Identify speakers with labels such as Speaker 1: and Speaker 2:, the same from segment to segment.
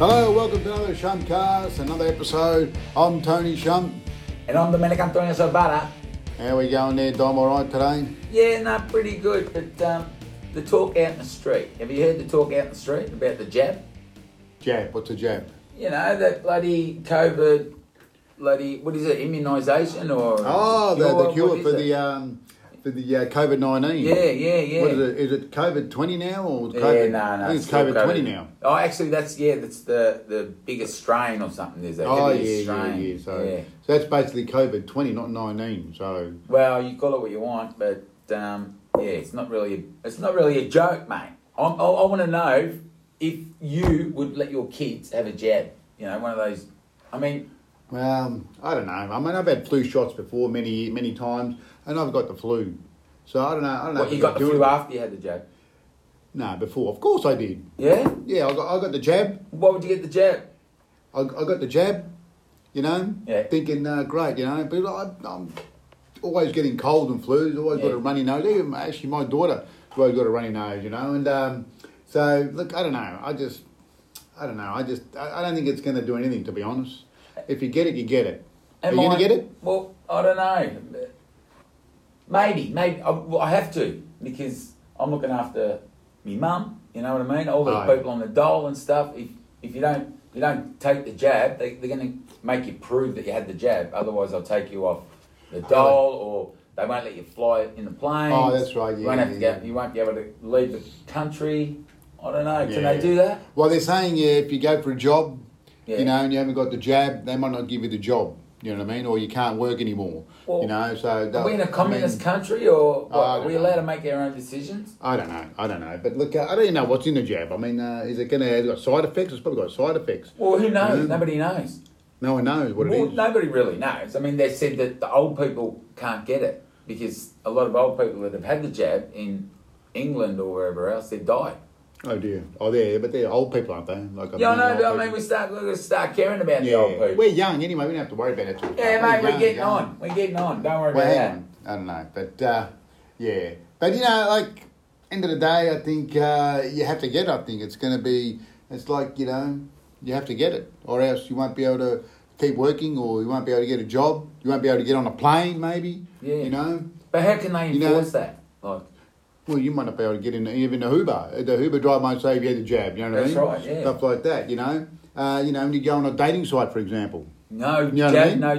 Speaker 1: Hello, welcome to another Shumpcast, another episode. I'm Tony Shump.
Speaker 2: And I'm Dominic Antonio Zabala.
Speaker 1: How we going there, Dom? All right today?
Speaker 2: Yeah, no, pretty good. But um, the talk out in the street. Have you heard the talk out in the street about the jab?
Speaker 1: Jab, what's a jab?
Speaker 2: You know, that bloody COVID, bloody, what is it, immunisation or?
Speaker 1: Oh, the, the
Speaker 2: what
Speaker 1: cure
Speaker 2: is
Speaker 1: for
Speaker 2: it?
Speaker 1: the um, for the uh, COVID nineteen.
Speaker 2: Yeah, yeah, yeah.
Speaker 1: What is it? Is it COVID twenty now or
Speaker 2: Yeah,
Speaker 1: COVID?
Speaker 2: no, no.
Speaker 1: I think it's
Speaker 2: still
Speaker 1: COVID, twenty now.
Speaker 2: Oh, actually, that's, yeah, that's the, the biggest strain or something. There's a
Speaker 1: Oh yeah,
Speaker 2: heaviest
Speaker 1: yeah,
Speaker 2: strain.
Speaker 1: yeah. So, so that's basically COVID twenty, not nineteen. So
Speaker 2: Well, you call it what you want, but um, yeah, it's not really it's not really a joke, mate. I'm, I, I want to know if you would let your kids have a jab. You know, one of those. I mean,
Speaker 1: Um, I don't know. I mean, I've had flu shots before many, many times, and I've got the flu. So I don't know. I don't know.
Speaker 2: what
Speaker 1: if
Speaker 2: you
Speaker 1: I
Speaker 2: got the
Speaker 1: do
Speaker 2: flu
Speaker 1: it.
Speaker 2: after you had the jab?
Speaker 1: No, before. Of course I did.
Speaker 2: Yeah.
Speaker 1: Yeah, I got, I got the jab.
Speaker 2: Why would you get the jab?
Speaker 1: I, I got the jab, you know,
Speaker 2: Yeah.
Speaker 1: thinking, uh, great, you know. But I, I'm always getting cold and flus, always got
Speaker 2: Yeah.
Speaker 1: a runny nose. Even actually, my daughter has always got a runny nose, you know. And um, so, look, I don't know. I just, I don't know. I just, I, I don't think it's going to do anything, to be honest. If you get it, you get it.
Speaker 2: Am
Speaker 1: Are you
Speaker 2: I-
Speaker 1: going to get it?
Speaker 2: Well, I don't know. Maybe, maybe I, well, I have to because I'm looking after me mum. You know what I mean? All the
Speaker 1: Aye.
Speaker 2: people on the dole and stuff. If if you don't you don't take the jab, they, they're going to make you prove that you had the jab. Otherwise, they'll take you off the dole or. They won't let you fly in the plane.
Speaker 1: Oh, that's right,
Speaker 2: you
Speaker 1: yeah,
Speaker 2: won't have
Speaker 1: yeah,
Speaker 2: to get,
Speaker 1: yeah.
Speaker 2: You won't be able to leave the country. I don't know. Can
Speaker 1: Yeah.
Speaker 2: they do that?
Speaker 1: Well, they're saying yeah, if you go for a job,
Speaker 2: Yeah.
Speaker 1: you know, and you haven't got the jab, they might not give you the job. You know what I mean? Or you can't work anymore.
Speaker 2: Well,
Speaker 1: you know, so
Speaker 2: Are
Speaker 1: they'll-
Speaker 2: we in a
Speaker 1: I mean,
Speaker 2: communist country, or
Speaker 1: I
Speaker 2: what, are
Speaker 1: don't
Speaker 2: we
Speaker 1: know.
Speaker 2: allowed to make our own decisions?
Speaker 1: I don't know. I don't know. But look, uh, I don't even know what's in the jab. I mean, uh, is it going to have got side effects? It's probably got side effects.
Speaker 2: Well, who knows?
Speaker 1: Mm.
Speaker 2: Nobody knows.
Speaker 1: No one knows what
Speaker 2: Well,
Speaker 1: it is.
Speaker 2: nobody really knows. I mean, they said that the old people can't get it because a lot of old people that have had the jab in England or wherever else, they die.
Speaker 1: Oh dear. Oh, they're but they're old people, aren't they? Like
Speaker 2: Yeah, I
Speaker 1: mean,
Speaker 2: know,
Speaker 1: old
Speaker 2: but I
Speaker 1: people.
Speaker 2: mean, we start, we start caring about the
Speaker 1: yeah,
Speaker 2: old people.
Speaker 1: we're young anyway. We don't have to worry about it. till-
Speaker 2: yeah, mate, we're
Speaker 1: young,
Speaker 2: getting
Speaker 1: young.
Speaker 2: on. We're getting on. Don't worry
Speaker 1: Well,
Speaker 2: about
Speaker 1: hang
Speaker 2: that.
Speaker 1: on. I don't know, but uh, yeah, but you know, like end of the day, I think uh, you have to get. it. I think it's going to be. It's like you know, you have to get it, or else you won't be able to keep working, or you won't be able to get a job. You won't be able to get on a plane, maybe.
Speaker 2: Yeah.
Speaker 1: You know.
Speaker 2: But how can they
Speaker 1: You know-
Speaker 2: enforce that? Like,
Speaker 1: Well, you might not be able to get in even the Uber. The Uber driver might say if you had a jab, you know what
Speaker 2: That's
Speaker 1: I mean?
Speaker 2: right, yeah.
Speaker 1: Stuff like that, you know. Uh, you know, when you go on a dating site, for example.
Speaker 2: no
Speaker 1: know what I
Speaker 2: jab,
Speaker 1: mean?
Speaker 2: no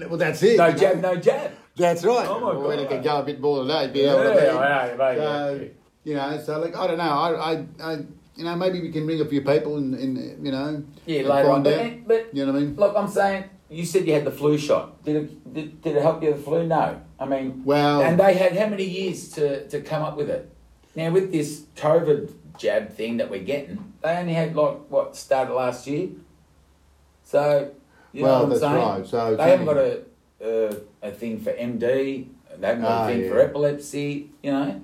Speaker 2: date.
Speaker 1: Well, that's it.
Speaker 2: No
Speaker 1: you know.
Speaker 2: jab, no jab.
Speaker 1: That's right.
Speaker 2: Oh my
Speaker 1: Well,
Speaker 2: God.
Speaker 1: it could go a bit more than that. if you
Speaker 2: Yeah,
Speaker 1: know what I mean.
Speaker 2: yeah, right,
Speaker 1: So,
Speaker 2: yeah.
Speaker 1: you know, so like I don't know. I, I, I you know, maybe we can ring a few people and, and you know,
Speaker 2: Yeah,
Speaker 1: and
Speaker 2: later on.
Speaker 1: find out.
Speaker 2: But, but
Speaker 1: you know what I mean?
Speaker 2: Look, I'm saying you said you had the flu shot. Did it, did, did it help you with the flu? No. I mean,
Speaker 1: Well-
Speaker 2: and they had how many years to, to come up with it? Now with this COVID jab thing that we're getting, they only had like what started last year. So you
Speaker 1: Well,
Speaker 2: know what I'm
Speaker 1: that's
Speaker 2: saying?
Speaker 1: right. So it's
Speaker 2: they haven't got
Speaker 1: only-
Speaker 2: a, a a thing for MD. They haven't got
Speaker 1: Ah,
Speaker 2: a thing
Speaker 1: yeah.
Speaker 2: for epilepsy. You know.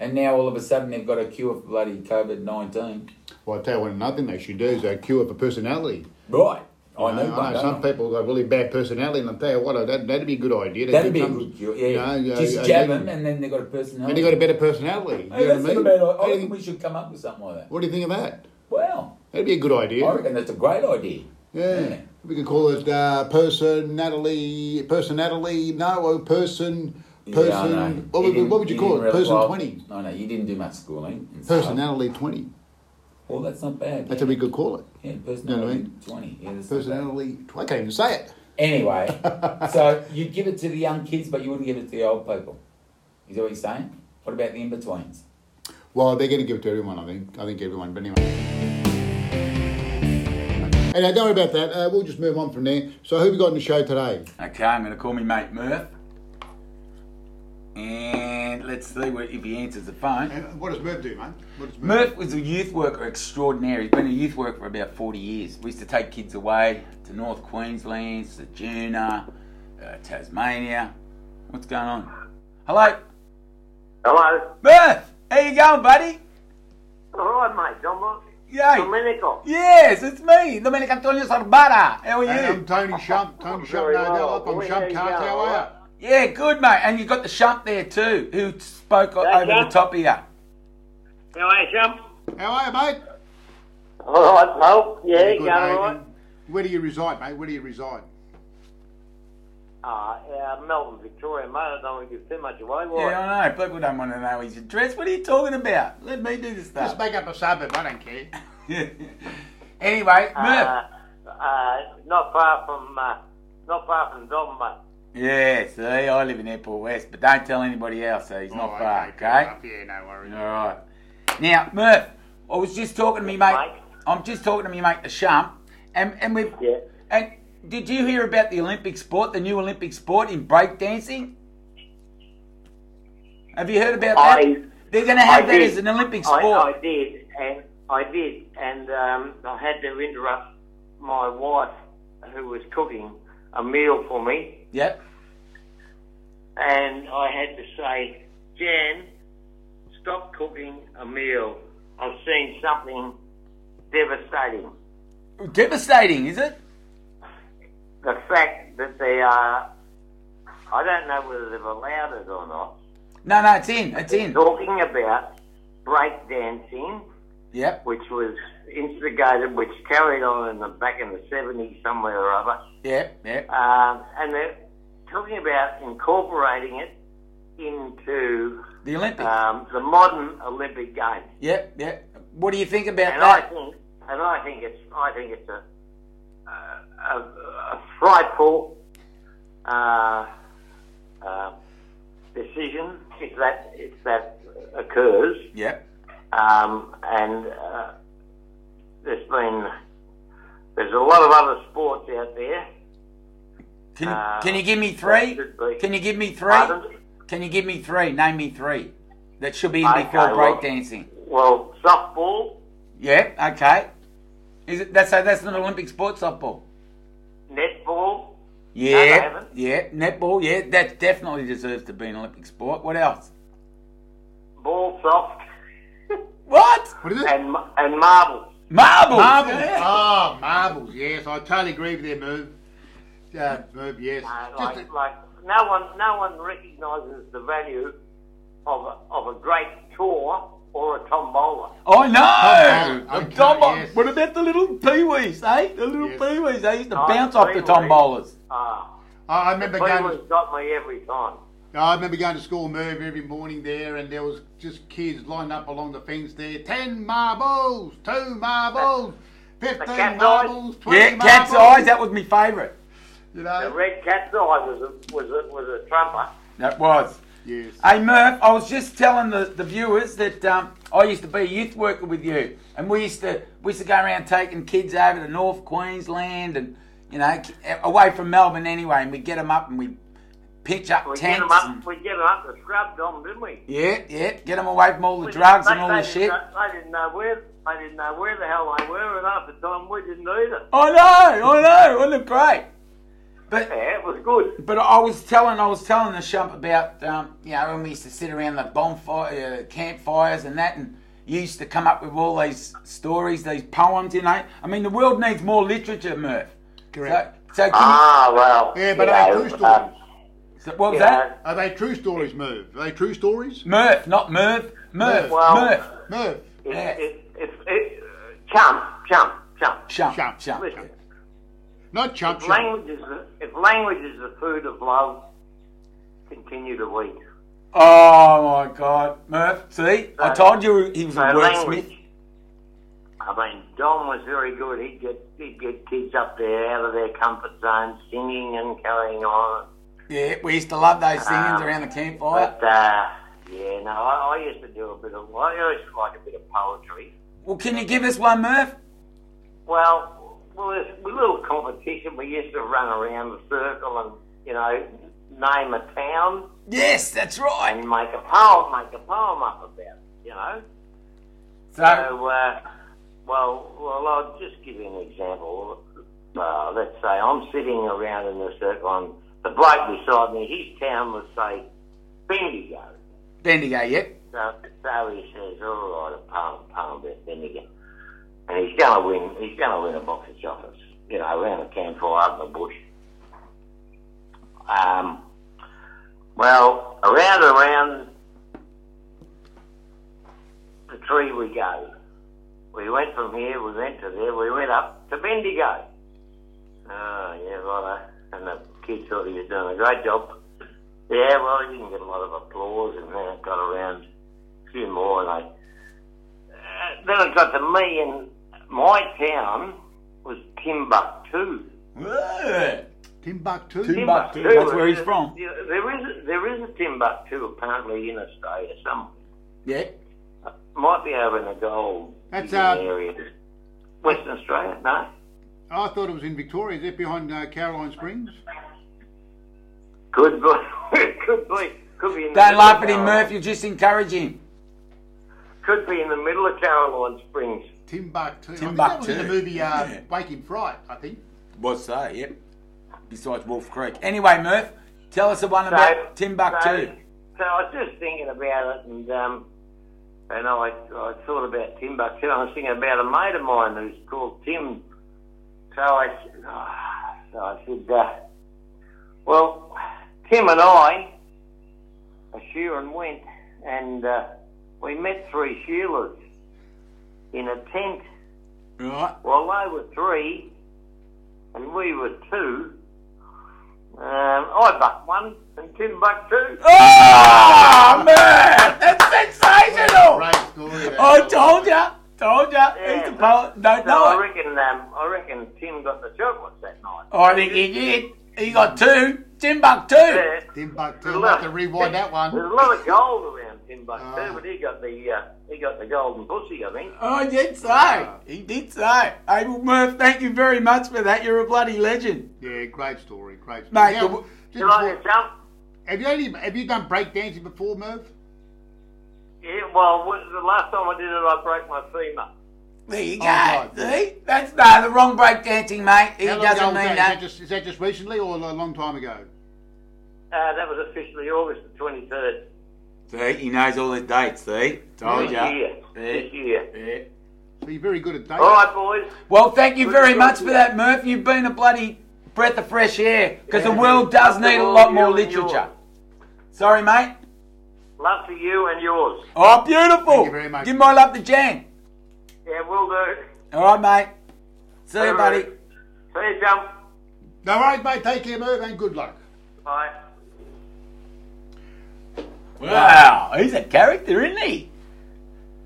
Speaker 2: And now all of a sudden they've got a cure for bloody COVID nineteen.
Speaker 1: Well, I tell you what, another thing they should do is a cure for personality.
Speaker 2: Right.
Speaker 1: You
Speaker 2: I know,
Speaker 1: know, I know some people got really bad personality, and I tell you what, that, that'd be a good idea. They
Speaker 2: That'd
Speaker 1: could
Speaker 2: be a
Speaker 1: come-
Speaker 2: good cure. Yeah,
Speaker 1: you know,
Speaker 2: just
Speaker 1: uh,
Speaker 2: jab
Speaker 1: uh,
Speaker 2: them, and then they got a personality.
Speaker 1: and they got a better personality. You know
Speaker 2: Hey, that's
Speaker 1: what I mean?
Speaker 2: not a bad idea.
Speaker 1: What do
Speaker 2: I
Speaker 1: you
Speaker 2: think
Speaker 1: think-
Speaker 2: we should come up with something like that.
Speaker 1: what do you think of that?
Speaker 2: Wow,
Speaker 1: That'd be a good idea.
Speaker 2: I reckon that's a great idea.
Speaker 1: Yeah.
Speaker 2: Yeah.
Speaker 1: We could call it uh, personality, personality, no, oh, person, person.
Speaker 2: Yeah, I
Speaker 1: what,
Speaker 2: know. You
Speaker 1: would,
Speaker 2: didn't-
Speaker 1: what would you call
Speaker 2: didn't
Speaker 1: it?
Speaker 2: really-
Speaker 1: Person
Speaker 2: well,
Speaker 1: 20.
Speaker 2: No, no, you didn't do much schooling. and stuff.
Speaker 1: Personality 20.
Speaker 2: Well, that's not bad.
Speaker 1: That's
Speaker 2: yeah.
Speaker 1: what we could call it.
Speaker 2: yeah,
Speaker 1: You know what I
Speaker 2: personality
Speaker 1: mean?
Speaker 2: twenty. Yeah, that's not bad.
Speaker 1: Personality 20. I can't even say it.
Speaker 2: Anyway, so you'd give it to the young kids, but you wouldn't give it to the old people. Is that what you're saying? What about the in betweens?
Speaker 1: Well, they're going to give it to everyone, I think. I think everyone, but anyway. Anyway, don't worry about that. Uh, we'll just move on from there. So, who we got in the show today?
Speaker 2: Okay, I'm going to call me mate Murph, and let's see what, if he answers the phone.
Speaker 1: what does Merv do, mate? What does
Speaker 2: Murph was a youth worker extraordinary. He's been a youth worker for about 40 years. We used to take kids away to North Queensland, Sejuna, uh, Tasmania. What's going on? Hello?
Speaker 3: Hello.
Speaker 2: Murph! How you going, buddy?
Speaker 3: All right, mate. I'm not
Speaker 2: Yay!
Speaker 3: Domenico.
Speaker 2: Yes, it's me, Domenic Antonio Sarbara. How are you?
Speaker 1: um, Tony Shump. Tony
Speaker 3: Very well. Well, there you go.
Speaker 2: yeah, good, mate. And you got the shump there, too, who spoke o-
Speaker 3: Yeah,
Speaker 2: over
Speaker 3: yeah.
Speaker 2: the top of you.
Speaker 3: How are you, chum?
Speaker 1: How are you, mate?
Speaker 3: All right, Pope. Yeah,
Speaker 1: Good,
Speaker 3: going all
Speaker 1: mate.
Speaker 3: right.
Speaker 1: Where do you reside, mate? Where do you reside?
Speaker 3: Ah, uh, Melbourne, Victoria, mate. I don't want to give too much away. Why?
Speaker 2: Yeah, I know. People don't want to know his address. What are you talking about? Let me do the
Speaker 1: Just
Speaker 2: stuff.
Speaker 1: make up a suburb. I don't care.
Speaker 2: anyway, Murph.
Speaker 3: uh, uh, not far from, uh, not far from Melbourne, mate.
Speaker 2: Yeah, see, I live in Airport West, but don't tell anybody else, so he's not
Speaker 1: Oh, fair
Speaker 2: far, okay?
Speaker 1: enough. Yeah, no worries.
Speaker 2: All right. Now, Murph, I was just talking to me mate.
Speaker 3: Mike.
Speaker 2: I'm just talking to me mate, the Shump, and and we.
Speaker 3: Yeah.
Speaker 2: And did you hear about the Olympic sport, the new Olympic sport in breakdancing? Have you heard about that?
Speaker 3: I-
Speaker 2: They're going to have
Speaker 3: I
Speaker 2: that
Speaker 3: did.
Speaker 2: as an Olympic
Speaker 3: I,
Speaker 2: sport.
Speaker 3: I did, and I did, and um, I had to interrupt my wife, who was cooking a meal for me,
Speaker 2: Yep.
Speaker 3: and I had to say, Jan, stop cooking a meal. I've seen something devastating.
Speaker 2: Devastating, is it?
Speaker 3: The fact that they are, I don't know whether they've allowed it or not,
Speaker 2: No, no, it's in. It's in.
Speaker 3: talking about breakdancing.
Speaker 2: Yep.
Speaker 3: which was instigated, which carried on in the back in the 70s somewhere or other.
Speaker 2: Yep. Yep.
Speaker 3: Um, and they're talking about incorporating it into
Speaker 2: The Olympics.
Speaker 3: um, the modern Olympic Games.
Speaker 2: Yep. Yep. What do you think about
Speaker 3: And I
Speaker 2: that?
Speaker 3: think, and I think it's, I think it's a, a, a, a frightful uh, uh, decision if that if that occurs.
Speaker 2: Yep.
Speaker 3: Um, and uh, there's been there's a lot of other sports out there.
Speaker 2: Can
Speaker 3: Uh,
Speaker 2: you, can you give me three?
Speaker 3: should be.
Speaker 2: Can you give me three?
Speaker 3: Pardon?
Speaker 2: Can you give me three? Name me three that should be in
Speaker 3: Okay,
Speaker 2: before
Speaker 3: well-
Speaker 2: breakdancing.
Speaker 3: Well, softball,
Speaker 2: Yeah. Okay. Is it that's so? That's not Olympic sport softball.
Speaker 3: netball, they
Speaker 2: Yeah.
Speaker 3: haven't.
Speaker 2: yeah. Netball. Yeah. That definitely deserves to be an Olympic sport. What else?
Speaker 3: ball soft,
Speaker 2: What?
Speaker 1: What is it?
Speaker 3: and ma- and marbles.
Speaker 2: Marbles.
Speaker 1: Marbles.
Speaker 2: Yeah.
Speaker 1: Oh, marbles. Yes, I totally agree with their move. Uh, move, yes.
Speaker 3: Uh,
Speaker 1: Just
Speaker 3: like,
Speaker 1: a-
Speaker 3: like no one no one recognises the value of a, of a great tour or a tombola.
Speaker 2: I know.
Speaker 1: Tomball,
Speaker 2: Oh, The
Speaker 1: okay,
Speaker 2: tomball.
Speaker 1: yes.
Speaker 2: What about the little peewees, eh? The little
Speaker 1: Yes.
Speaker 2: peewees. They used to
Speaker 3: Oh,
Speaker 2: bounce off the
Speaker 3: peewees.
Speaker 2: tombolas.
Speaker 3: Ah,
Speaker 1: I I remember going.
Speaker 3: Cleveland's got me every time.
Speaker 1: I remember going to school, Merv, every morning there, and there was just kids lined up along the fence there. Ten marbles, two marbles,
Speaker 3: the
Speaker 1: fifteen
Speaker 3: cat's
Speaker 1: marbles, twenty
Speaker 2: Yeah.
Speaker 1: marbles.
Speaker 2: Cat's eyes. That was my favourite.
Speaker 1: You
Speaker 3: The
Speaker 1: know?
Speaker 3: red cat's eye was a, was a, was a trumper.
Speaker 2: That was.
Speaker 1: Yes.
Speaker 2: Hey Murph, I was just telling the, the viewers that um, I used to be a youth worker with you, and we used to we used to go around taking kids over to North Queensland and you know ki- away from Melbourne anyway, and we would get them up and we pitch up
Speaker 3: We get
Speaker 2: tents.
Speaker 3: 'em up.
Speaker 2: and-
Speaker 3: We get 'em up the scrub, Dom, didn't we?
Speaker 2: yeah, yeah, get them away from all the drugs
Speaker 3: They-
Speaker 2: and all
Speaker 3: they
Speaker 2: the
Speaker 3: didn't
Speaker 2: shit.
Speaker 3: know- They didn't know where they didn't know where the hell they were, and half the time we didn't either.
Speaker 2: I know, I know, wasn't it great? But
Speaker 3: Yeah, it was good.
Speaker 2: But I was telling, I was telling the shump about, um, you know, when we used to sit around the bonfire, uh, campfires and that, and you used to come up with all these stories, these poems, you know. I mean, the world needs more literature, Murph.
Speaker 1: Correct.
Speaker 2: So, so, can
Speaker 3: Ah, well.
Speaker 1: Yeah, but
Speaker 3: you
Speaker 1: are they
Speaker 3: know,
Speaker 1: true stories?
Speaker 3: uh,
Speaker 2: you, so what was
Speaker 3: you
Speaker 2: that?
Speaker 1: Are they true stories, Merv? Are they true stories?
Speaker 2: Murph, not Merv. Murph,
Speaker 1: Murph.
Speaker 3: Well-
Speaker 2: Murph.
Speaker 1: Merv.
Speaker 3: know,
Speaker 2: Yeah.
Speaker 3: it, it, it, it, chump, chump, chump.
Speaker 2: Shump,
Speaker 1: Shump,
Speaker 2: shump.
Speaker 3: Listen,
Speaker 1: Not chump
Speaker 3: if
Speaker 1: chump.
Speaker 3: language is the, if language is the food of love, continue to eat.
Speaker 2: Oh my God, Murph. See, I
Speaker 3: So-
Speaker 2: told you he was a
Speaker 3: So
Speaker 2: wordsmith.
Speaker 3: Uh, language. I mean, Don was very good. He'd get he'd get kids up there out of their comfort zone, singing and carrying on.
Speaker 2: Yeah, we used to love those singings
Speaker 3: Um,
Speaker 2: around the campfire.
Speaker 3: But uh, yeah, no, I, I used to do a bit of. I always like a bit of poetry.
Speaker 2: Well, can you give us one, Murph?
Speaker 3: Well, well, there's a little competition. We used to run around the circle and you know name a town
Speaker 2: Yes, that's right.
Speaker 3: and make a poem, make a poem up about it. You know.
Speaker 2: So,
Speaker 3: So, uh, well, well, I'll just give you an example. Uh, let's say I'm sitting around in the circle, and the bloke beside me, his town was say Bendigo.
Speaker 2: Bendigo, yep.
Speaker 3: So, so he says, "All right, a pound, pound bit vinegar," and he's gonna win. He's gonna win a box of chocolates, you know, around a campfire out in the bush. Um, well, around and around the tree we go. We went from here, we went to there, we went up to Bendigo. Oh, yeah, right. eh? And the kids thought he was doing a great job. Yeah, well, he didn't get a lot of applause, and then it got around a few more, and I uh, then it got to me, and my town was Timbuktu.
Speaker 1: Timbuktu.
Speaker 2: Tim- Timbuktu, that's where he's
Speaker 3: uh,
Speaker 2: from.
Speaker 3: yeah, There is, there is a Timbuktu apparently in Australia somewhere.
Speaker 2: Yeah.
Speaker 3: Might be over in the gold
Speaker 1: That's,
Speaker 3: digging
Speaker 1: uh,
Speaker 3: area. Western Australia, no?
Speaker 1: I thought it was in Victoria. Is it behind uh, Caroline Springs?
Speaker 3: Could be, could be, could be in
Speaker 2: Don't
Speaker 3: the middle
Speaker 2: laugh
Speaker 3: of
Speaker 2: at him,
Speaker 3: Caroline-
Speaker 2: Murph. You just encourage him.
Speaker 3: Could be in the middle of Caroline Springs.
Speaker 1: Timbuktu. I think that was
Speaker 2: Timbuktu.
Speaker 1: in the movie uh,
Speaker 2: Yeah.
Speaker 1: Waking Fright, I think.
Speaker 2: What's that? Yep. Besides Wolf Creek. Anyway, Murph, tell us the one
Speaker 3: So-
Speaker 2: about Timbuktu.
Speaker 3: So, so I was just thinking about it, and um, and I, I thought about Timbuktu. I was thinking about a mate of mine who's called Tim. So I, s- ah, so I said, uh, well, Tim and I, a Sheeran went, and uh, we met three Sheilas in a tent.
Speaker 2: Right.
Speaker 3: Well, they were three, and we were two. Um, I bucked one, and Tim bucked two.
Speaker 2: Oh, Murph! That's sensational!
Speaker 1: Great story. that.
Speaker 2: I told ya! Told ya!
Speaker 3: Yeah.
Speaker 2: He's a poet. Don't
Speaker 3: No, I
Speaker 2: know it.
Speaker 3: reckon. Um, I reckon Tim got the chocolates that night.
Speaker 2: Oh, I think he did. He got two. Timbuktu.
Speaker 3: Yeah.
Speaker 1: Timbuktu.
Speaker 3: There's
Speaker 1: I'll
Speaker 3: a lot-
Speaker 1: have to rewind that
Speaker 3: There's a
Speaker 1: one.
Speaker 3: lot of gold around Timbuktu,
Speaker 1: Ah.
Speaker 3: but he got the uh, he got the golden pussy, I think.
Speaker 2: Oh, he did so. He did so. Hey, well, Murph, thank you very much for that. You're a bloody legend.
Speaker 1: Yeah, great story. Great story.
Speaker 2: Mate,
Speaker 1: Now,
Speaker 2: the-
Speaker 1: just
Speaker 3: Did I
Speaker 1: before,
Speaker 3: get some?
Speaker 1: have you only, have you done breakdancing before, Merv?
Speaker 3: Yeah. Well, wh- the last time I did it, I broke my femur.
Speaker 2: There you go.
Speaker 1: right.
Speaker 2: See? That's no, the wrong break dancing, mate. He
Speaker 1: How long
Speaker 2: doesn't
Speaker 1: ago was
Speaker 2: mean
Speaker 1: that? Is
Speaker 2: that.
Speaker 1: that just, is that just recently or a long time ago?
Speaker 3: Uh, that was officially August the twenty third
Speaker 2: See, he knows all his dates, see? Told
Speaker 3: this
Speaker 2: ya.
Speaker 3: year. This
Speaker 2: See?
Speaker 3: year.
Speaker 2: Yeah.
Speaker 1: So you're very good at dating.
Speaker 3: All right, boys.
Speaker 2: Well, thank you
Speaker 3: Good
Speaker 2: very
Speaker 3: job,
Speaker 2: much for
Speaker 3: yeah.
Speaker 2: that, Murph. You've been a bloody breath of fresh air because the
Speaker 1: Yeah.
Speaker 2: world does need a lot more
Speaker 3: You and
Speaker 2: literature.
Speaker 3: yours.
Speaker 2: Sorry, mate.
Speaker 3: Love to you and yours.
Speaker 2: Oh, beautiful.
Speaker 1: Thank you very much.
Speaker 2: Give my love to Jan.
Speaker 3: Yeah, we'll do.
Speaker 2: All right, mate. See you,
Speaker 3: All
Speaker 2: buddy.
Speaker 3: right. See you, Jump.
Speaker 1: No worries, mate. Take care, Merv, and good luck.
Speaker 3: Bye.
Speaker 2: Wow, he's a character, isn't he?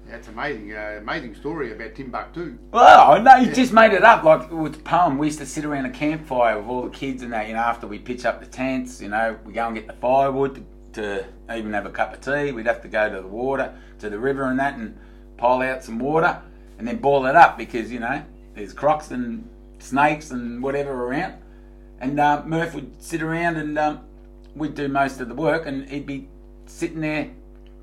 Speaker 1: That's amazing. Uh, amazing story about Timbuktu.
Speaker 2: Well, I know you just made it up. Like with the poem, we used to sit around a campfire with all the kids and that. You know, after we pitch up the tents, you know, we go and get the firewood to, to even have a cup of tea. We'd have to go to the water, to the river and that, and pile out some water and then boil it up because you know there's crocs and snakes and whatever around. And uh, Murph would sit around and um, we'd do most of the work, and he'd be sitting there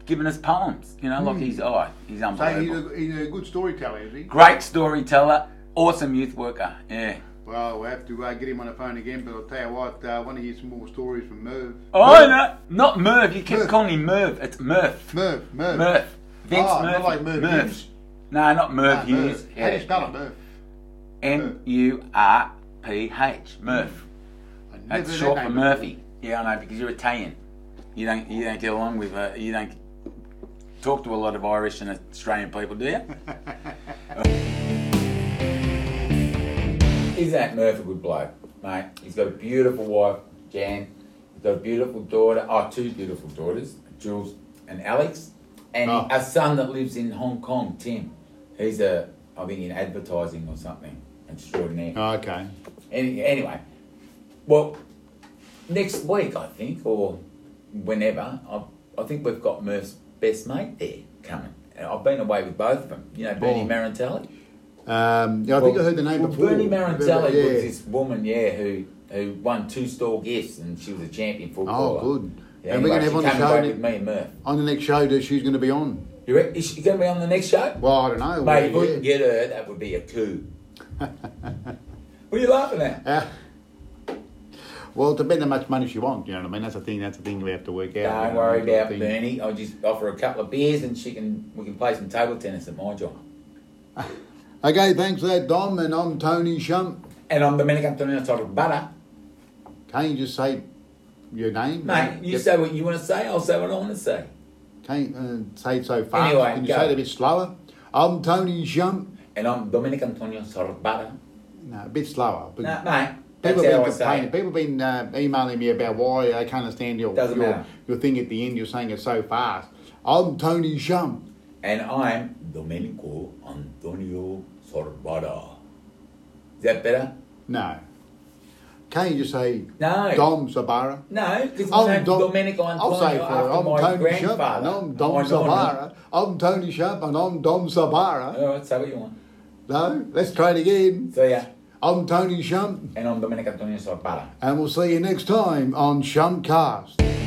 Speaker 2: giving us poems. You know, like he's oh, he's
Speaker 1: So
Speaker 2: unbelievable
Speaker 1: he's a, he's a good storyteller, is he?
Speaker 2: great storyteller, awesome youth worker. Yeah.
Speaker 1: Well, we'll have to uh, get him on the phone again, but I'll tell you what, uh, I want to hear some more stories from Merv.
Speaker 2: Oh no, not Merv. You kept
Speaker 1: Merv.
Speaker 2: calling him Merv. It's Murph.
Speaker 1: Merv, Merv.
Speaker 2: Murph. Vince
Speaker 1: Oh,
Speaker 2: Murphy.
Speaker 1: not like Merv
Speaker 2: Murph.
Speaker 1: Hughes.
Speaker 2: No, not Merv
Speaker 1: Ah,
Speaker 2: Hughes.
Speaker 1: Merv. How do you spell it, Merv?
Speaker 2: M U R P H. Murph.
Speaker 1: I never heard
Speaker 2: That's
Speaker 1: that
Speaker 2: short for
Speaker 1: name
Speaker 2: Murphy. Yeah, I know because you're Italian. You don't you don't get along with uh, you don't talk to a lot of Irish and Australian people, do you? Is that Murphy good bloke, mate? He's got a beautiful wife, Jan. He's got a beautiful daughter. Oh, two beautiful daughters, Jules and Alex, and
Speaker 1: Oh.
Speaker 2: a son that lives in Hong Kong, Tim. He's a I think in advertising or something extraordinary.
Speaker 1: before. Oh, okay.
Speaker 2: Any, anyway, well, next week I think, or whenever, I, I think we've got Murph's best mate there coming. And I've been away with both of them. You know, Bernie
Speaker 1: Oh.
Speaker 2: Marantelli.
Speaker 1: Um, yeah, I think I heard the name
Speaker 2: well,
Speaker 1: before.
Speaker 2: Bernie Marantelli
Speaker 1: Yeah.
Speaker 2: was this woman, yeah, who who won two store gifts, and she was a champion footballer.
Speaker 1: Oh, good.
Speaker 2: Yeah,
Speaker 1: and we're going to
Speaker 2: anyway,
Speaker 1: have on
Speaker 2: she
Speaker 1: the
Speaker 2: came away
Speaker 1: show
Speaker 2: with
Speaker 1: ne-
Speaker 2: me and Murph.
Speaker 1: on the next show that she's going to be on.
Speaker 2: You re- is she going to be on the next show?
Speaker 1: Well, I don't know.
Speaker 2: Mate, if
Speaker 1: well,
Speaker 2: we can
Speaker 1: Oh, yeah.
Speaker 2: get her, that would be a coup. what are you laughing at?
Speaker 1: Ah. well, it depends how much money she wants. You know what I mean? That's the thing. That's the thing we have to work out.
Speaker 2: Don't
Speaker 1: you know,
Speaker 2: worry
Speaker 1: that's the
Speaker 2: about
Speaker 1: thing.
Speaker 2: Bernie. I'll just offer a couple of beers and she can we can play some table tennis at my job.
Speaker 1: Okay, thanks for that, Dom. And I'm Tony Shump.
Speaker 2: And I'm Dominic Antonio Total Butter.
Speaker 1: Can't you just say your name?
Speaker 2: Mate, you
Speaker 1: Yep.
Speaker 2: say what you want to say, I'll say what I want to say.
Speaker 1: Can't uh, say it so fast.
Speaker 2: Anyway,
Speaker 1: Can you
Speaker 2: go.
Speaker 1: say it a bit slower? I'm Tony Shump.
Speaker 2: And I'm Dominic Antonio Sorbara.
Speaker 1: No, a bit slower. But
Speaker 2: Nah, mate.
Speaker 1: people
Speaker 2: That's
Speaker 1: have
Speaker 2: how
Speaker 1: been
Speaker 2: I say
Speaker 1: complaining.
Speaker 2: it.
Speaker 1: People have been uh, emailing me about why they can't understand your
Speaker 2: Doesn't
Speaker 1: your,
Speaker 2: matter.
Speaker 1: your thing at the end. You're saying it so fast. I'm Tony Shum.
Speaker 2: And I'm Domenico Antonio Sorbara. Is that better?
Speaker 1: No. Can't you just say
Speaker 2: No.
Speaker 1: Dom Sabara?
Speaker 2: No, because I'm named
Speaker 1: Dom-
Speaker 2: Domenico Antonio
Speaker 1: I'll say it for
Speaker 2: after
Speaker 1: you.
Speaker 2: my
Speaker 1: I'm Tony Shum and
Speaker 2: grandfather. Oh,
Speaker 1: I'm Dom
Speaker 2: My nonna.
Speaker 1: Sabara. I'm Tony Shum and I'm Dom Sabara.
Speaker 2: All right, say what you want.
Speaker 1: No, let's try it again.
Speaker 2: So yeah,
Speaker 1: I'm Tony Shum
Speaker 2: and I'm Domenico Antonio Sorbara.
Speaker 1: and we'll see you next time on Shumcast.